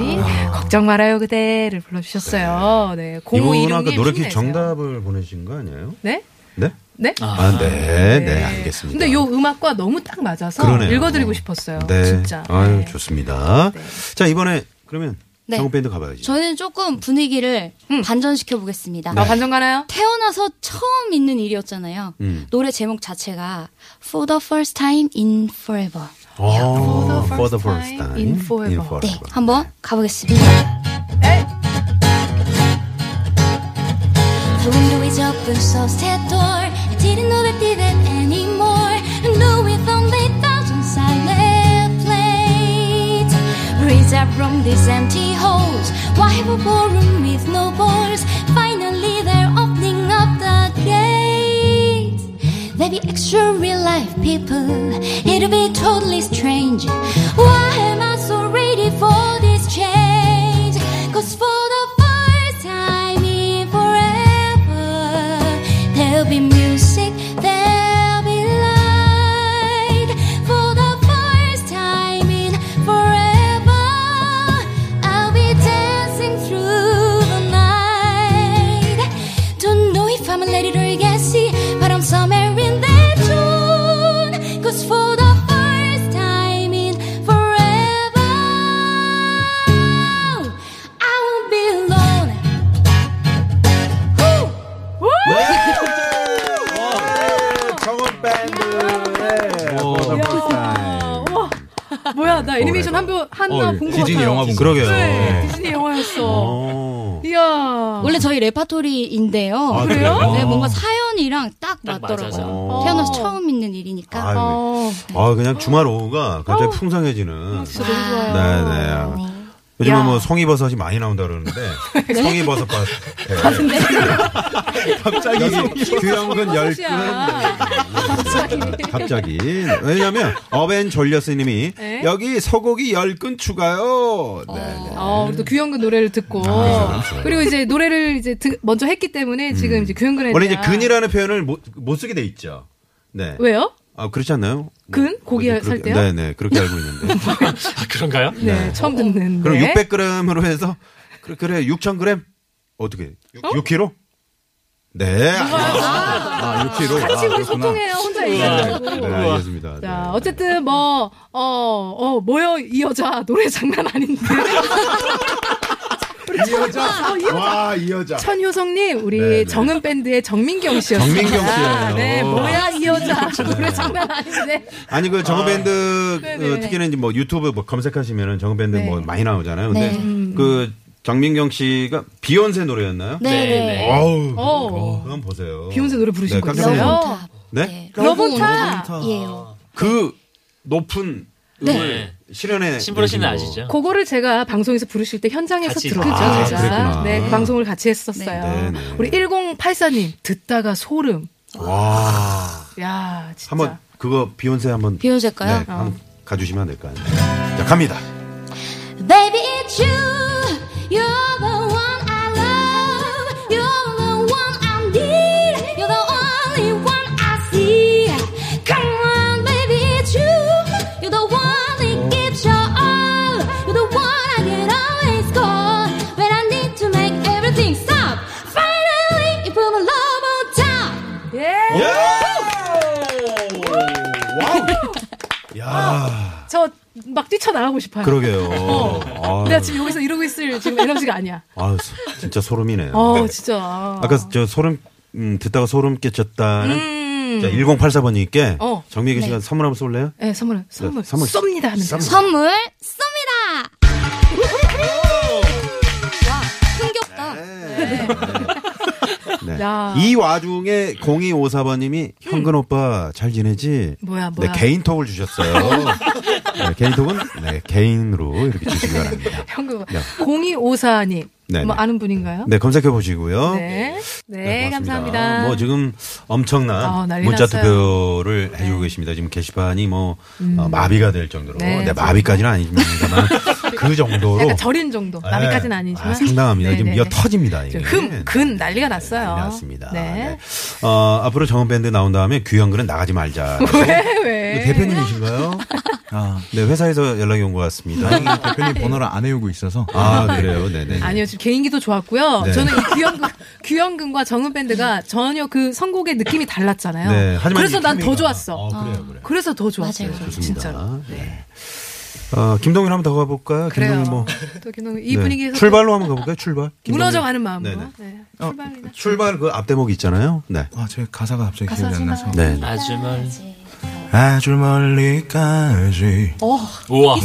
Speaker 5: 걱정 말아요 그대를 불러주셨어요. 네,
Speaker 4: 이분
Speaker 5: 0516님
Speaker 4: 아까 노래 퀴즈
Speaker 5: 힘내세요.
Speaker 4: 정답을 보내신 거 아니에요?
Speaker 5: 네,
Speaker 4: 네?
Speaker 5: 네.
Speaker 4: 아, 네. 네, 알겠습니다.
Speaker 5: 근데 요 음악과 너무 딱 맞아서
Speaker 4: 그러네요.
Speaker 5: 읽어드리고 싶었어요.
Speaker 4: 네.
Speaker 5: 진짜.
Speaker 4: 아유,
Speaker 5: 네.
Speaker 4: 좋습니다. 자, 이번에 그러면
Speaker 6: 네.
Speaker 4: 정우밴드 가봐야지.
Speaker 6: 저희는 조금 분위기를 반전시켜 보겠습니다.
Speaker 5: 아, 반전 가나요?
Speaker 6: 태어나서 처음 있는 일이었잖아요.
Speaker 4: 음.
Speaker 6: 노래 제목 자체가 For the first time in forever.
Speaker 4: 어,
Speaker 5: For the first time in forever.
Speaker 6: 네,
Speaker 4: forever.
Speaker 6: 한번 가보겠습니다. The window is open, so set door. I didn't know that did it anymore. And though with only thousands I left late. Breeze up from these empty holes. Why have a ballroom with no balls? Finally, they're opening up the gate. There be extra real life people. It'll be totally strange. Why am I so ready for this change? Cause for the first time in forever, there'll be music, there'll be light. For the first time in forever, I'll be dancing through the night. Don't know if I'm a lady or a guessy, but I'm somewhere in that tune. Cause for the first time in forever, I won't be alone. Woo!
Speaker 4: 정우밴드의 For the first time.
Speaker 5: 우와. 뭐야,
Speaker 4: 어,
Speaker 5: 나
Speaker 4: 네.
Speaker 5: 애니메이션 한, 편- 하나
Speaker 9: 어,
Speaker 5: 본 것 같아요.
Speaker 9: 디즈니 영화 본 거.
Speaker 4: 그러게요.
Speaker 5: 네, 디즈니 영화였어.
Speaker 4: 어.
Speaker 5: 이야.
Speaker 6: 원래 저희 레파토리인데요.
Speaker 4: 아,
Speaker 5: 그래요?
Speaker 4: 그래요?
Speaker 6: 네, 뭔가 사연이랑 딱
Speaker 7: 딱
Speaker 6: 맞더라고요.
Speaker 4: 맞아서.
Speaker 6: 태어나서 처음 있는 일이니까.
Speaker 4: 아유,
Speaker 5: 어,
Speaker 4: 아, 그냥 주말 오후가 갑자기 풍성해지는.
Speaker 5: 진짜 너무 좋아요.
Speaker 4: 네, 네. 요즘은 뭐 송이버섯이 많이 나온다 그러는데 송이버섯 밭. 네. 갑자기 규영근 열
Speaker 5: 야.
Speaker 4: 갑자기 왜냐하면 어벤 졸려스님이
Speaker 5: 네.
Speaker 4: 여기 소고기 열 근 추가요. 네, 네.
Speaker 5: 어, 우리 또 규현근 노래를 듣고. 그리고 이제 노래를 이제 듣- 먼저 했기 때문에 지금 이제 규현근에.
Speaker 4: 원래 이제
Speaker 5: 대한-
Speaker 4: 근이라는 표현을 못, 못 쓰게 돼 있죠. 네.
Speaker 5: 아. 왜요?
Speaker 4: 아 그렇지 않나요? 뭐
Speaker 5: 근? 고기
Speaker 4: 그렇게-
Speaker 5: 살 때요?
Speaker 4: 네네 그렇게 알고 있는데.
Speaker 7: 아, 그런가요?
Speaker 5: 네, 처음 듣는.
Speaker 4: 어, 그럼
Speaker 5: 네.
Speaker 4: 600g으로 해서 그래 그래 6,000g 어떻게 6, k g 네. 아, 6kg.
Speaker 5: 같이 우리 소통해요. 혼자 얘기하지 말고.
Speaker 4: 네, 알겠습니다.
Speaker 5: 자,
Speaker 4: 네.
Speaker 5: 어쨌든 뭐, 어, 어, 뭐여, 이 여자. 노래 장난 아닌데.
Speaker 4: 이 여자. 와, 아, 이 여자.
Speaker 5: 어, 천효성님, 우리
Speaker 4: 네, 네.
Speaker 5: 정은 밴드의 정민경 씨였습니다.
Speaker 4: 정민경 씨예요.
Speaker 5: 네, 뭐야 이 여자 노래 장난 아닌데.
Speaker 4: 아니 그 정우밴드
Speaker 5: 네,
Speaker 4: 어,
Speaker 5: 네.
Speaker 4: 특히나 이제 뭐 유튜브 뭐 검색하시면은 정우밴드
Speaker 5: 네. 음.
Speaker 4: 뭐 많이 나오잖아요. 근데 그 정민경 씨가 비욘세 노래였나요?
Speaker 6: 네. 네.
Speaker 4: 어우.
Speaker 5: 어,
Speaker 4: 그럼 보세요.
Speaker 5: 비욘세 노래 부르신
Speaker 4: 네,
Speaker 5: 거예요?
Speaker 4: 깜짝 놀랐어요.
Speaker 5: 러브탑.
Speaker 4: 네?
Speaker 5: 러브타. 예.
Speaker 6: 러브온탑이에요.
Speaker 4: 그 높은
Speaker 5: 네.
Speaker 4: 음을 실현해
Speaker 7: 네. 심보라 씨는
Speaker 4: 내신 거.
Speaker 7: 아시죠?
Speaker 5: 그거를 제가 방송에서 부르실 때 현장에서
Speaker 7: 같이
Speaker 5: 들었죠.
Speaker 4: 아,
Speaker 5: 제가.
Speaker 4: 그랬구나.
Speaker 5: 네, 그 방송을 같이 했었어요.
Speaker 4: 네. 네, 네.
Speaker 5: 우리 1084님 듣다가 소름.
Speaker 4: 와.
Speaker 5: 야, 진짜.
Speaker 4: 한번 그거 비욘세 한번
Speaker 6: 비욘세일까요?
Speaker 5: 어.
Speaker 4: 네, 한번 가주시면 안 될까요? 자, 갑니다.
Speaker 6: Baby, it's you. You're the one I love. You're the one I need. You're the only one I see. Come on, baby, it's you. You're the one that gives your all. You're the one I can always call when I need to make everything stop. Finally, you put my love on top.
Speaker 5: 예.
Speaker 4: 야,
Speaker 5: 저 막 뛰쳐나가고 싶어요.
Speaker 4: 그러게요.
Speaker 5: 내가
Speaker 4: 아,
Speaker 5: 지금 여기서 이러고 있을 지금 에너지가 아니야.
Speaker 4: 아, 소- 진짜 소름이네요.
Speaker 5: 어, 진짜. 아
Speaker 4: 아까 그 저 소름 음, 듣다가 소름 끼쳤다는
Speaker 5: 음.
Speaker 4: 자 1084번님께
Speaker 5: 어.
Speaker 4: 정미경 씨가 선물 한번 쏠래요?
Speaker 5: 네, 선물, 선물.
Speaker 4: 선물.
Speaker 5: 쏩니다 하면 돼요.
Speaker 6: 선물 쏩니다.
Speaker 4: 네.
Speaker 5: 야.
Speaker 4: 이 와중에 0254번님이 현근 오빠 잘 지내지?
Speaker 5: 뭐야,
Speaker 4: 네,
Speaker 5: 뭐야.
Speaker 4: 개인 톡을 주셨어요. 네, 개인 톡은 네, 개인으로 이렇게 주시기 바랍니다.
Speaker 5: 현금
Speaker 4: 네.
Speaker 5: 0254님.
Speaker 4: 네,
Speaker 5: 뭐
Speaker 4: 네.
Speaker 5: 아는 분인가요?
Speaker 4: 네, 검색해 보시고요.
Speaker 5: 네.
Speaker 4: 맞습니다.
Speaker 5: 네, 감사합니다.
Speaker 4: 뭐 지금 엄청난
Speaker 5: 어, 난리
Speaker 4: 문자
Speaker 5: 났어요.
Speaker 4: 투표를 해주고 계십니다. 지금 게시판이 뭐 어, 마비가 될 정도로.
Speaker 5: 음. 네,
Speaker 4: 네, 마비까지는 아니지만 그 정도로.
Speaker 5: 약간 저린 정도.
Speaker 4: 네.
Speaker 5: 나비까지는 아니지만.
Speaker 4: 아, 상당합니다.
Speaker 5: 네,
Speaker 4: 지금
Speaker 5: 네,
Speaker 4: 이어
Speaker 5: 네.
Speaker 4: 터집니다. 이게.
Speaker 5: 지금 흠, 근 난리가
Speaker 4: 네,
Speaker 5: 났어요.
Speaker 4: 났습니다.
Speaker 5: 네.
Speaker 4: 네. 어, 앞으로 정은밴드 나온 다음에 규현근은 나가지 말자. 어,
Speaker 5: 왜, 왜?
Speaker 4: 대표님이신가요?
Speaker 9: 아,
Speaker 4: 네, 회사에서 연락이 온 것 같습니다.
Speaker 9: 대표님 번호를 안 외우고 있어서
Speaker 4: 아, 그래요? 네네.
Speaker 5: 아니요, 지금 개인기도 좋았고요.
Speaker 4: 네.
Speaker 5: 저는 이 규현근, 규현근과 정은밴드가 전혀 그 선곡의 느낌이 달랐잖아요.
Speaker 4: 네, 하지만
Speaker 5: 그래서
Speaker 4: 이
Speaker 5: 난 더
Speaker 4: 케미가-
Speaker 5: 좋았어.
Speaker 4: 아, 그래요, 그래요.
Speaker 5: 그래서 더 좋았어요.
Speaker 6: 맞아요.
Speaker 5: 저는
Speaker 4: 좋습니다.
Speaker 5: 진짜로. 네.
Speaker 4: 어, 김동일 한번 더 가볼까요?
Speaker 5: 그래요.
Speaker 4: 김동일 뭐.
Speaker 5: 또 김동일 이
Speaker 4: 네.
Speaker 5: 분위기에서
Speaker 4: 출발로 한번 가볼까요? 출발.
Speaker 5: 또 무너져가는 마음으로.
Speaker 4: 네네.
Speaker 5: 네.
Speaker 9: 어,
Speaker 5: 출발이나.
Speaker 4: 출발 그 앞대목 있잖아요. 네.
Speaker 9: 아, 제 가사가 갑자기
Speaker 5: 가사
Speaker 9: 기억이 안 나서
Speaker 5: 생각-
Speaker 4: 네.
Speaker 7: 아주 멀.
Speaker 9: 아주 멀리까지
Speaker 7: 우와.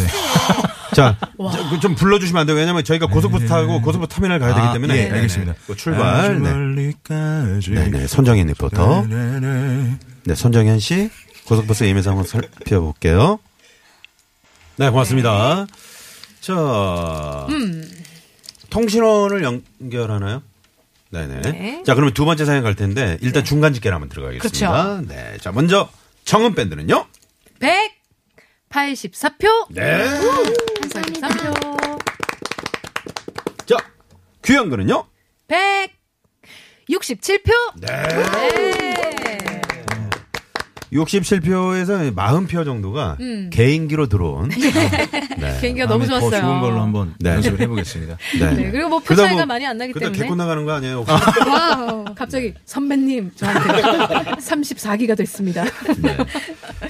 Speaker 4: 자, 저, 그좀 불러주시면 안 돼요. 왜냐면 저희가 고속버스 타고 고속버스 터미널 가야 되기
Speaker 9: 네. 아,
Speaker 4: 때문에.
Speaker 9: 예,
Speaker 4: 네네.
Speaker 9: 알겠습니다.
Speaker 4: 그
Speaker 9: 아주
Speaker 4: 출발. 네.
Speaker 9: 멀리까지
Speaker 4: 네네. 선정현 리포터.
Speaker 9: 네네.
Speaker 4: 네, 선정현 씨 고속버스 예매상 한번 살펴볼게요. 네, 고맙습니다. 자, 통신원을 연결하나요? 네네.
Speaker 5: 네.
Speaker 4: 자, 그러면 두 번째 사연 갈 텐데 일단 중간 집계를 한번 들어가겠습니다.
Speaker 5: 그렇죠.
Speaker 4: 네, 자 먼저 정은 밴드는요.
Speaker 5: 184표.
Speaker 4: 네.
Speaker 5: 184표.
Speaker 4: 자, 귀한거는요.
Speaker 5: 167표. 네.
Speaker 4: 67표에서 40표 정도가
Speaker 5: 음.
Speaker 4: 개인기로 들어온. 네.
Speaker 5: 개인기가 너무
Speaker 9: 다음에 더
Speaker 5: 좋았어요.
Speaker 9: 좋은 걸로 한번
Speaker 4: 네.
Speaker 9: 연습을 해보겠습니다.
Speaker 5: 네, 그리고 뭐표
Speaker 4: 그다음
Speaker 5: 차이가 많이 안 나기
Speaker 4: 그다음
Speaker 5: 때문에.
Speaker 4: 개콘 나가는 거 아니에요? 혹시?
Speaker 5: 와우. 아, 갑자기 선배님 저한테 34기가 됐습니다.
Speaker 4: 네.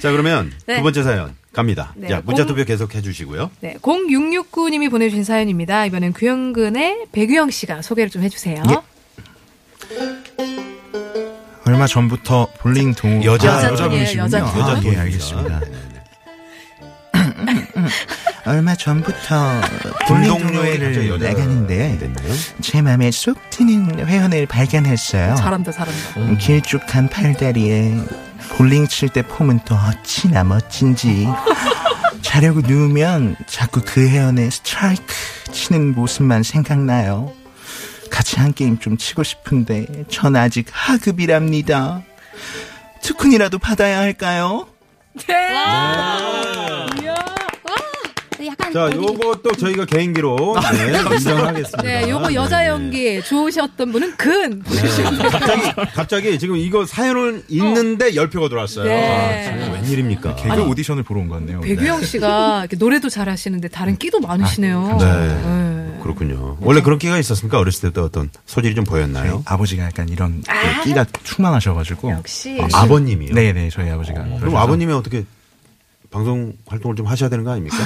Speaker 4: 자 그러면
Speaker 5: 네.
Speaker 4: 두 번째 사연 갑니다.
Speaker 5: 네,
Speaker 4: 자 문자
Speaker 5: 공-
Speaker 4: 투표 계속 해주시고요.
Speaker 5: 네, 0669님이 보내주신 사연입니다. 이번엔 규현근의 백유영 씨가 소개를 좀 해주세요.
Speaker 9: 예. 얼마 전부터 볼링 동호
Speaker 4: 여자-
Speaker 9: 아,
Speaker 4: 여자
Speaker 9: 여자분이시군요.
Speaker 5: 분이에요, 여자
Speaker 9: 아,
Speaker 4: 돈
Speaker 9: 예,
Speaker 4: 네,
Speaker 9: 알겠습니다. 얼마 전부터 볼링 동호회를 나가는데 제 마음에 쏙 트는 회원을 발견했어요.
Speaker 5: 잘한다, 잘한다.
Speaker 9: 길쭉한 팔다리에 볼링 칠 때 폼은 또 어찌나 멋진지 자려고 누우면 자꾸 그 회원의 스트라이크 치는 모습만 생각나요. 같이 한 게임 좀 치고 싶은데 전 아직 하급이랍니다. 특훈이라도 받아야 할까요?
Speaker 5: 네.
Speaker 6: 네, 약간
Speaker 4: 자
Speaker 6: 어디-
Speaker 4: 요것도 저희가 개인기로 네, 인정하겠습니다.
Speaker 5: 아, 네, 요거 여자
Speaker 4: 네, 네.
Speaker 5: 연기 좋으셨던 분은
Speaker 9: 네,
Speaker 5: 근.
Speaker 4: 갑자기 갑자기 지금 이거 사연을 읽는데 열 표가 들어왔어요.
Speaker 5: 네.
Speaker 4: 아, 정말 웬일입니까?
Speaker 9: 개그 오디션을 보러 온 것 같네요.
Speaker 5: 백유영 씨가 이렇게 노래도 잘하시는데 다른
Speaker 9: 아,
Speaker 5: 끼도 많으시네요.
Speaker 4: 네. 그렇군요. 원래 그런 끼가 있었습니까? 어렸을 때부터 어떤 소질이 좀 보였나요?
Speaker 9: 네, 아버지가 약간 이런 끼가 충만하셔가지고
Speaker 5: 역시.
Speaker 4: 아, 버님이요
Speaker 9: 네. 네네 저희 어. 아버지가
Speaker 4: 그럼 아버님이 어떻게 방송 활동을 좀 하셔야 되는 거 아닙니까?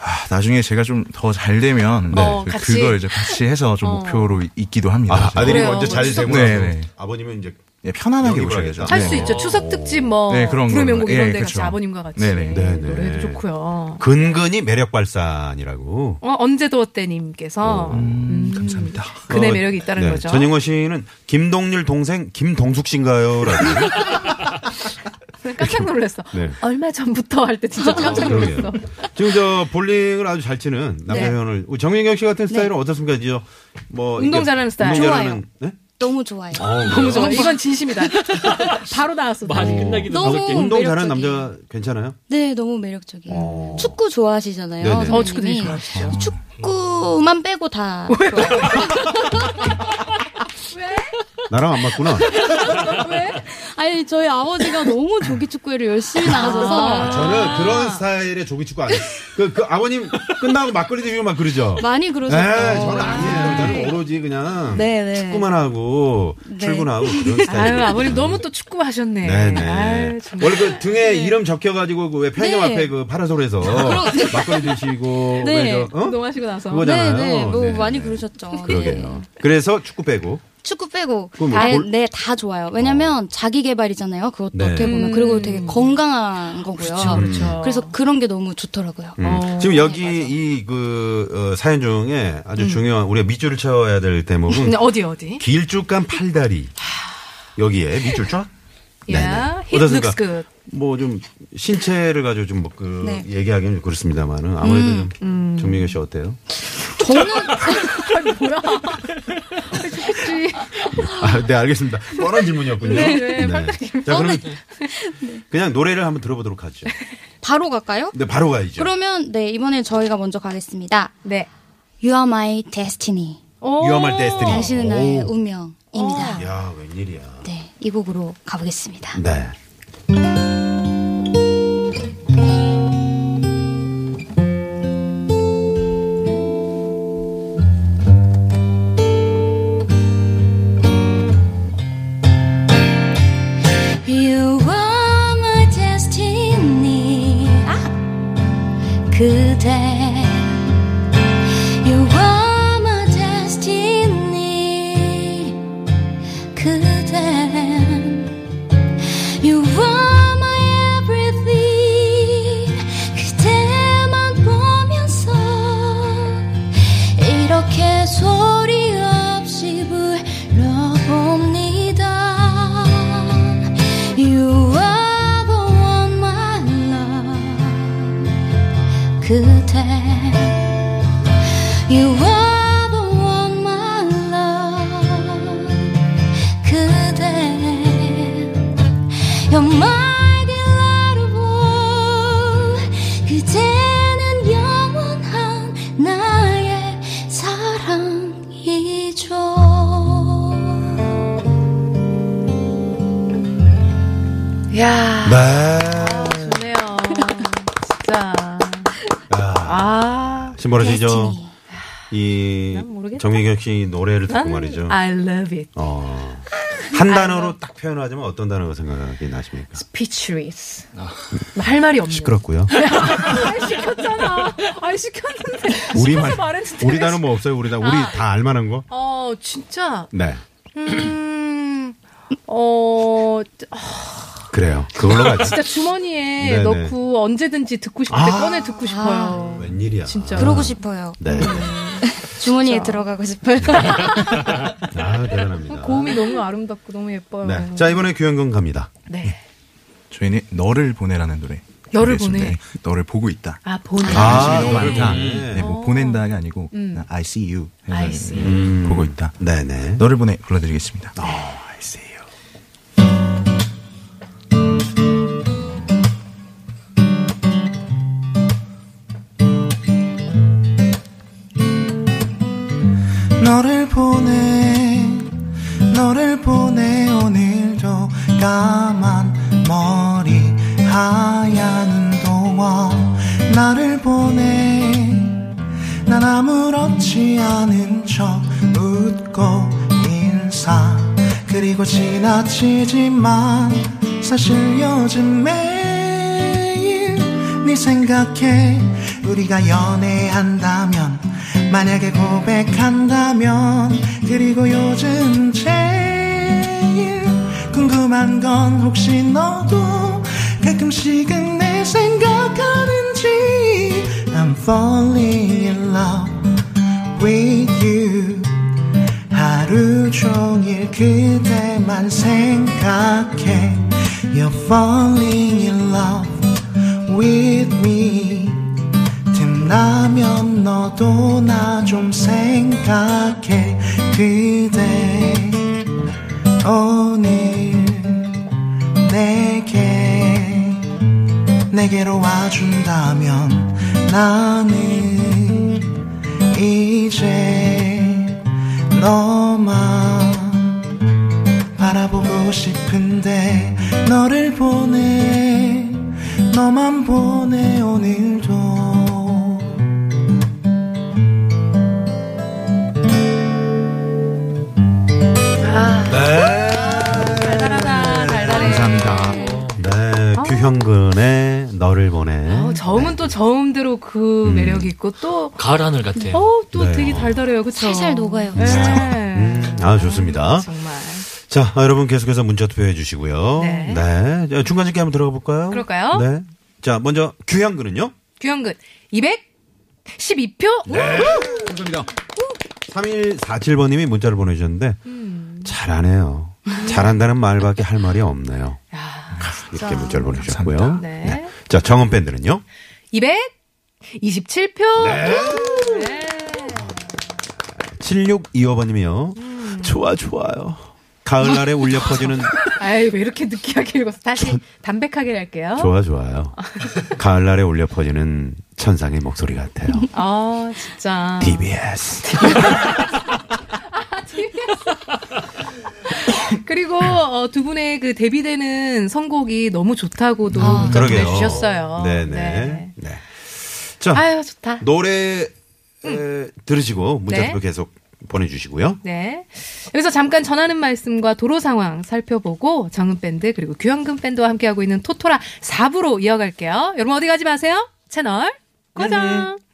Speaker 9: 아, 나중에 제가 좀 더 잘 되면
Speaker 2: 네,
Speaker 5: 어,
Speaker 9: 그,
Speaker 5: 같이. 어.
Speaker 9: 그걸 이제 같이 해서 좀 목표로 이- 있기도 합니다.
Speaker 4: 아,
Speaker 9: 제가.
Speaker 4: 아들이
Speaker 5: 그래요.
Speaker 4: 먼저 잘 되고
Speaker 9: 네,
Speaker 4: 나서
Speaker 9: 네.
Speaker 4: 아버님은 이제
Speaker 9: 예, 편안하게
Speaker 4: 영입을
Speaker 9: 오셔야죠.
Speaker 4: 하겠다.
Speaker 5: 할
Speaker 2: 네.
Speaker 5: 수 있죠. 추석 특집 뭐
Speaker 9: 네, 그런
Speaker 5: 불의
Speaker 9: 거.
Speaker 5: 명곡
Speaker 9: 예,
Speaker 5: 이런 데 같이
Speaker 9: 그렇죠.
Speaker 5: 아버님과 같이
Speaker 9: 네네.
Speaker 4: 네네.
Speaker 5: 노래도 좋고요.
Speaker 4: 근근히 매력 발산이라고.
Speaker 5: 어, 언제도 어때님께서 음,
Speaker 9: 감사합니다.
Speaker 5: 근의
Speaker 4: 어,
Speaker 5: 매력이 있다는
Speaker 4: 네,
Speaker 5: 거죠.
Speaker 4: 전영호 씨는 김동률 동생 김동숙 씨인가요? 라고.
Speaker 5: 깜짝 놀랐어.
Speaker 4: 네.
Speaker 5: 얼마 전부터 할 때 진짜 깜짝 놀랐어.
Speaker 4: 그러게요. 지금 저 볼링을 아주 잘 치는 남자
Speaker 5: 네.
Speaker 4: 회원을 우리 정인경 씨 같은 스타일은 어떻습니까? 이제 뭐
Speaker 5: 운동
Speaker 4: 이게
Speaker 5: 잘하는 스타일.
Speaker 4: 운동 잘하는- 네?
Speaker 6: 너무 좋아요.
Speaker 4: 어.
Speaker 5: 너무 좋아. 이건 진심이다. 바로 나왔어.
Speaker 7: 많이 끝나기도
Speaker 6: 너무
Speaker 7: 무섭게.
Speaker 4: 운동 잘하는
Speaker 6: 매력적이에요.
Speaker 4: 남자 괜찮아요?
Speaker 6: 네, 너무 매력적이에요. 축구 좋아하시잖아요.
Speaker 4: 어. 네네.
Speaker 6: 선생님이.
Speaker 5: 어, 축구 되게 좋아하시죠.
Speaker 6: 축구만 빼고 다.
Speaker 4: 나랑 안 맞구나.
Speaker 10: 아니 저희 아버지가 너무 조기 축구회를 열심히
Speaker 4: 아,
Speaker 10: 나가셔서
Speaker 4: 저는 그런 스타일의 조기축구 아니에요. 그, 그 아버님 끝나고 막걸리 드시고 막 그러죠.
Speaker 10: 많이
Speaker 4: 네,
Speaker 10: 그러셨어요.
Speaker 4: 저는 아니에요. 저는 오로지 그냥
Speaker 6: 네, 네.
Speaker 4: 축구만 하고 출근하고 그런 스타일.
Speaker 5: 아유, 아버님 너무 또 축구 하셨네.
Speaker 4: 네네.
Speaker 5: 아유, 정말.
Speaker 4: 원래 그 등에 이름 적혀가지고 그 왜 편의점
Speaker 10: 네.
Speaker 4: 앞에 그 파라솔에서 막걸리 드시고
Speaker 10: 네.
Speaker 4: 왜 저, 어?
Speaker 5: 운동하시고 나서.
Speaker 6: 네,
Speaker 4: 그거잖아요.
Speaker 10: 네네, 뭐
Speaker 4: 네.
Speaker 10: 많이 그러셨죠.
Speaker 4: 그러게요. 그래서 축구 빼고
Speaker 6: 축구 빼고
Speaker 4: 그럼 뭐 골- 어.
Speaker 6: 네다 좋아요. 왜냐면 자기 개발이잖아요. 그것도
Speaker 4: 네.
Speaker 6: 어떻게 보면
Speaker 5: 음.
Speaker 6: 그리고 되게 건강한 거고요.
Speaker 5: 그렇죠.
Speaker 6: 그래서 그런 게 너무 좋더라고요.
Speaker 4: 음.
Speaker 5: 어.
Speaker 4: 지금
Speaker 6: 네,
Speaker 4: 여기 이 그 사연 중에 아주 중요한 우리가 밑줄을 채워야 될 대목은
Speaker 5: 근데 어디 어디?
Speaker 4: 길쭉한 팔다리 여기에 밑줄 쫙.
Speaker 5: 야,
Speaker 4: 네네.
Speaker 5: 힙
Speaker 4: 어떻습니까?
Speaker 5: looks good.
Speaker 4: 뭐 좀 신체를 가지고 좀 뭐 그
Speaker 6: 네.
Speaker 4: 얘기하기는 그렇습니다만은 아무래도 좀 정민경 씨 어때요?
Speaker 6: 저는
Speaker 4: 아, 네 알겠습니다. 뻔한 질문이었군요. 네. 자 그럼 그냥 노래를 한번 들어보도록 하죠.
Speaker 6: 바로 갈까요?
Speaker 4: 근데 바로 가야죠.
Speaker 6: 그러면 네 이번에 저희가 먼저 가겠습니다.
Speaker 5: 네.
Speaker 6: You are my destiny.
Speaker 5: 오.
Speaker 4: 어, 위험할 때 스트링.
Speaker 6: 당신은 나의 운명입니다.
Speaker 4: 야 웬일이야.
Speaker 6: 네, 이 곡으로 가보겠습니다.
Speaker 4: 네.
Speaker 6: You are my destiny. 아. 그대. You are my destiny. 그대. You are my everything. 그대만 보면서 이렇게 소리 없이 불러봅니다. You are the one, my love. 그대. You are the one, my love. 그대. You're my delightful. 그대는 영원한 나의 사랑이죠.
Speaker 5: 야,
Speaker 4: 네.
Speaker 5: 좋네요. 진짜. 아,
Speaker 4: 신보라 씨죠.
Speaker 6: 네,
Speaker 4: 이
Speaker 5: 난 모르겠다.
Speaker 4: 정민경 씨 노래를 듣고
Speaker 5: 난
Speaker 4: 그
Speaker 5: 아.
Speaker 4: 말이죠.
Speaker 5: I love it.
Speaker 4: 어. 한 단어로 딱 표현하자면 어떤 단어가 생각이 나십니까?
Speaker 5: 아. Speechless. 할 말이 없네.
Speaker 4: 아. 시끄럽고요.
Speaker 5: 아, 시켰잖아. 아, 시켰는데.
Speaker 4: 우리
Speaker 5: 시켜서
Speaker 4: 말
Speaker 5: 말했는데.
Speaker 4: 우리 단어 뭐 없어요. 우리 단 우리 다 알만한 거.
Speaker 5: 어, 진짜.
Speaker 4: 네.
Speaker 5: 음, 어,
Speaker 4: 그래요. 그걸로 가자.
Speaker 5: 진짜 주머니에
Speaker 4: 아, 네네. 아.
Speaker 5: 넣고 언제든지 듣고 싶을 때 꺼내 듣고 싶어요.
Speaker 4: 웬일이야.
Speaker 5: 진짜.
Speaker 6: 그러고 싶어요.
Speaker 4: 네.
Speaker 6: 주머니에 들어가고 싶어요.
Speaker 4: 아 대단합니다.
Speaker 5: 고음이 너무 아름답고 너무 예뻐요.
Speaker 4: 네. 자 음. 이번에 규현군 갑니다.
Speaker 5: 네.
Speaker 2: 저희는 너를 보내라는 노래.
Speaker 5: 너를
Speaker 2: 준비했습니다.
Speaker 5: 보내.
Speaker 2: 네, 너를 보고 있다.
Speaker 5: 아, 보내.
Speaker 4: 아,
Speaker 2: 너무 많다.
Speaker 4: 네.
Speaker 2: 네, 뭐 보낸다가 아니고 그냥 I see you. 해서
Speaker 5: 음. I see
Speaker 4: you.
Speaker 2: 보고 있다.
Speaker 4: 네네.
Speaker 2: 너를 보내 불러드리겠습니다. 아, I see you. 너를 보내 너를 보내 오늘도 까만 머리 하얀 운동화 나를 보내 난 아무렇지 않은 척 웃고 인사 그리고 지나치지만 사실 요즘 매일 네 생각해 우리가 연애한다면 만약에 고백한다면 그리고 요즘 제일 궁금한 건 혹시 너도 가끔씩은 내 생각하는지 I'm falling in love with you 하루 종일 그대만 생각해 You're falling in love with me 틈나면 너도 나 좀 생각해 그대 오늘 내게 내게로 와준다면 나는 이제 너만 바라보고 싶은데 너를 보내 너만 보내 오늘도
Speaker 5: 달달하다, 달달해.
Speaker 4: 네. 규현군의 너를 보내.
Speaker 5: 어, 아. 저음은 또 저음대로 그 매력 이 있고 또,
Speaker 11: 가을 하늘 같아요.
Speaker 5: 어, 또
Speaker 4: 네.
Speaker 5: 되게 달달해요. 그쵸?
Speaker 6: 살살 녹아요.
Speaker 5: 네.
Speaker 4: 음, 아, 좋습니다.
Speaker 5: 정말.
Speaker 4: 자, 아, 여러분 계속해서 문자 투표해 주시고요.
Speaker 5: 음. 네.
Speaker 4: 네. 자, 중간 집계 한번 들어가 볼까요?
Speaker 5: 그럴까요?
Speaker 4: 네. 자, 먼저 규현군은요?
Speaker 5: 규현근 212표.
Speaker 4: 네. 3147번님이 문자를 보내주셨는데, 잘하네요. 잘한다는 말밖에 할 말이 없네요.
Speaker 5: 야,
Speaker 4: 이렇게 문자를 보내주셨고요.
Speaker 5: 네.
Speaker 4: 자, 정은 밴드는요?
Speaker 5: 227표.
Speaker 4: 네.
Speaker 5: 네.
Speaker 4: 7625번님이요. 좋아, 좋아요. 가을날에 울려 퍼지는
Speaker 5: 아이 왜 이렇게 느끼하게 읽었어? 다시 담백하게 할게요.
Speaker 4: 좋아, 좋아요. 가을날에 울려 퍼지는 천상의 목소리 같아요.
Speaker 5: 아 진짜.
Speaker 4: DBS.
Speaker 5: 그리고 어, 두 분의 그 데뷔되는 선곡이 너무 좋다고도 문자
Speaker 4: 아, 그러게요.
Speaker 5: 보내주셨어요.
Speaker 4: 네네. 네. 자,
Speaker 5: 아유 좋다.
Speaker 4: 노래 에, 들으시고 문자표
Speaker 5: 네.
Speaker 4: 계속 보내주시고요.
Speaker 5: 네. 여기서 잠깐 전하는 말씀과 도로 상황 살펴보고 정은 밴드 그리고 규현금 밴드와
Speaker 4: 네,
Speaker 5: 함께하고 있는 토토라 4부로 이어갈게요. 여러분 어디 가지 마세요. 채널 고정.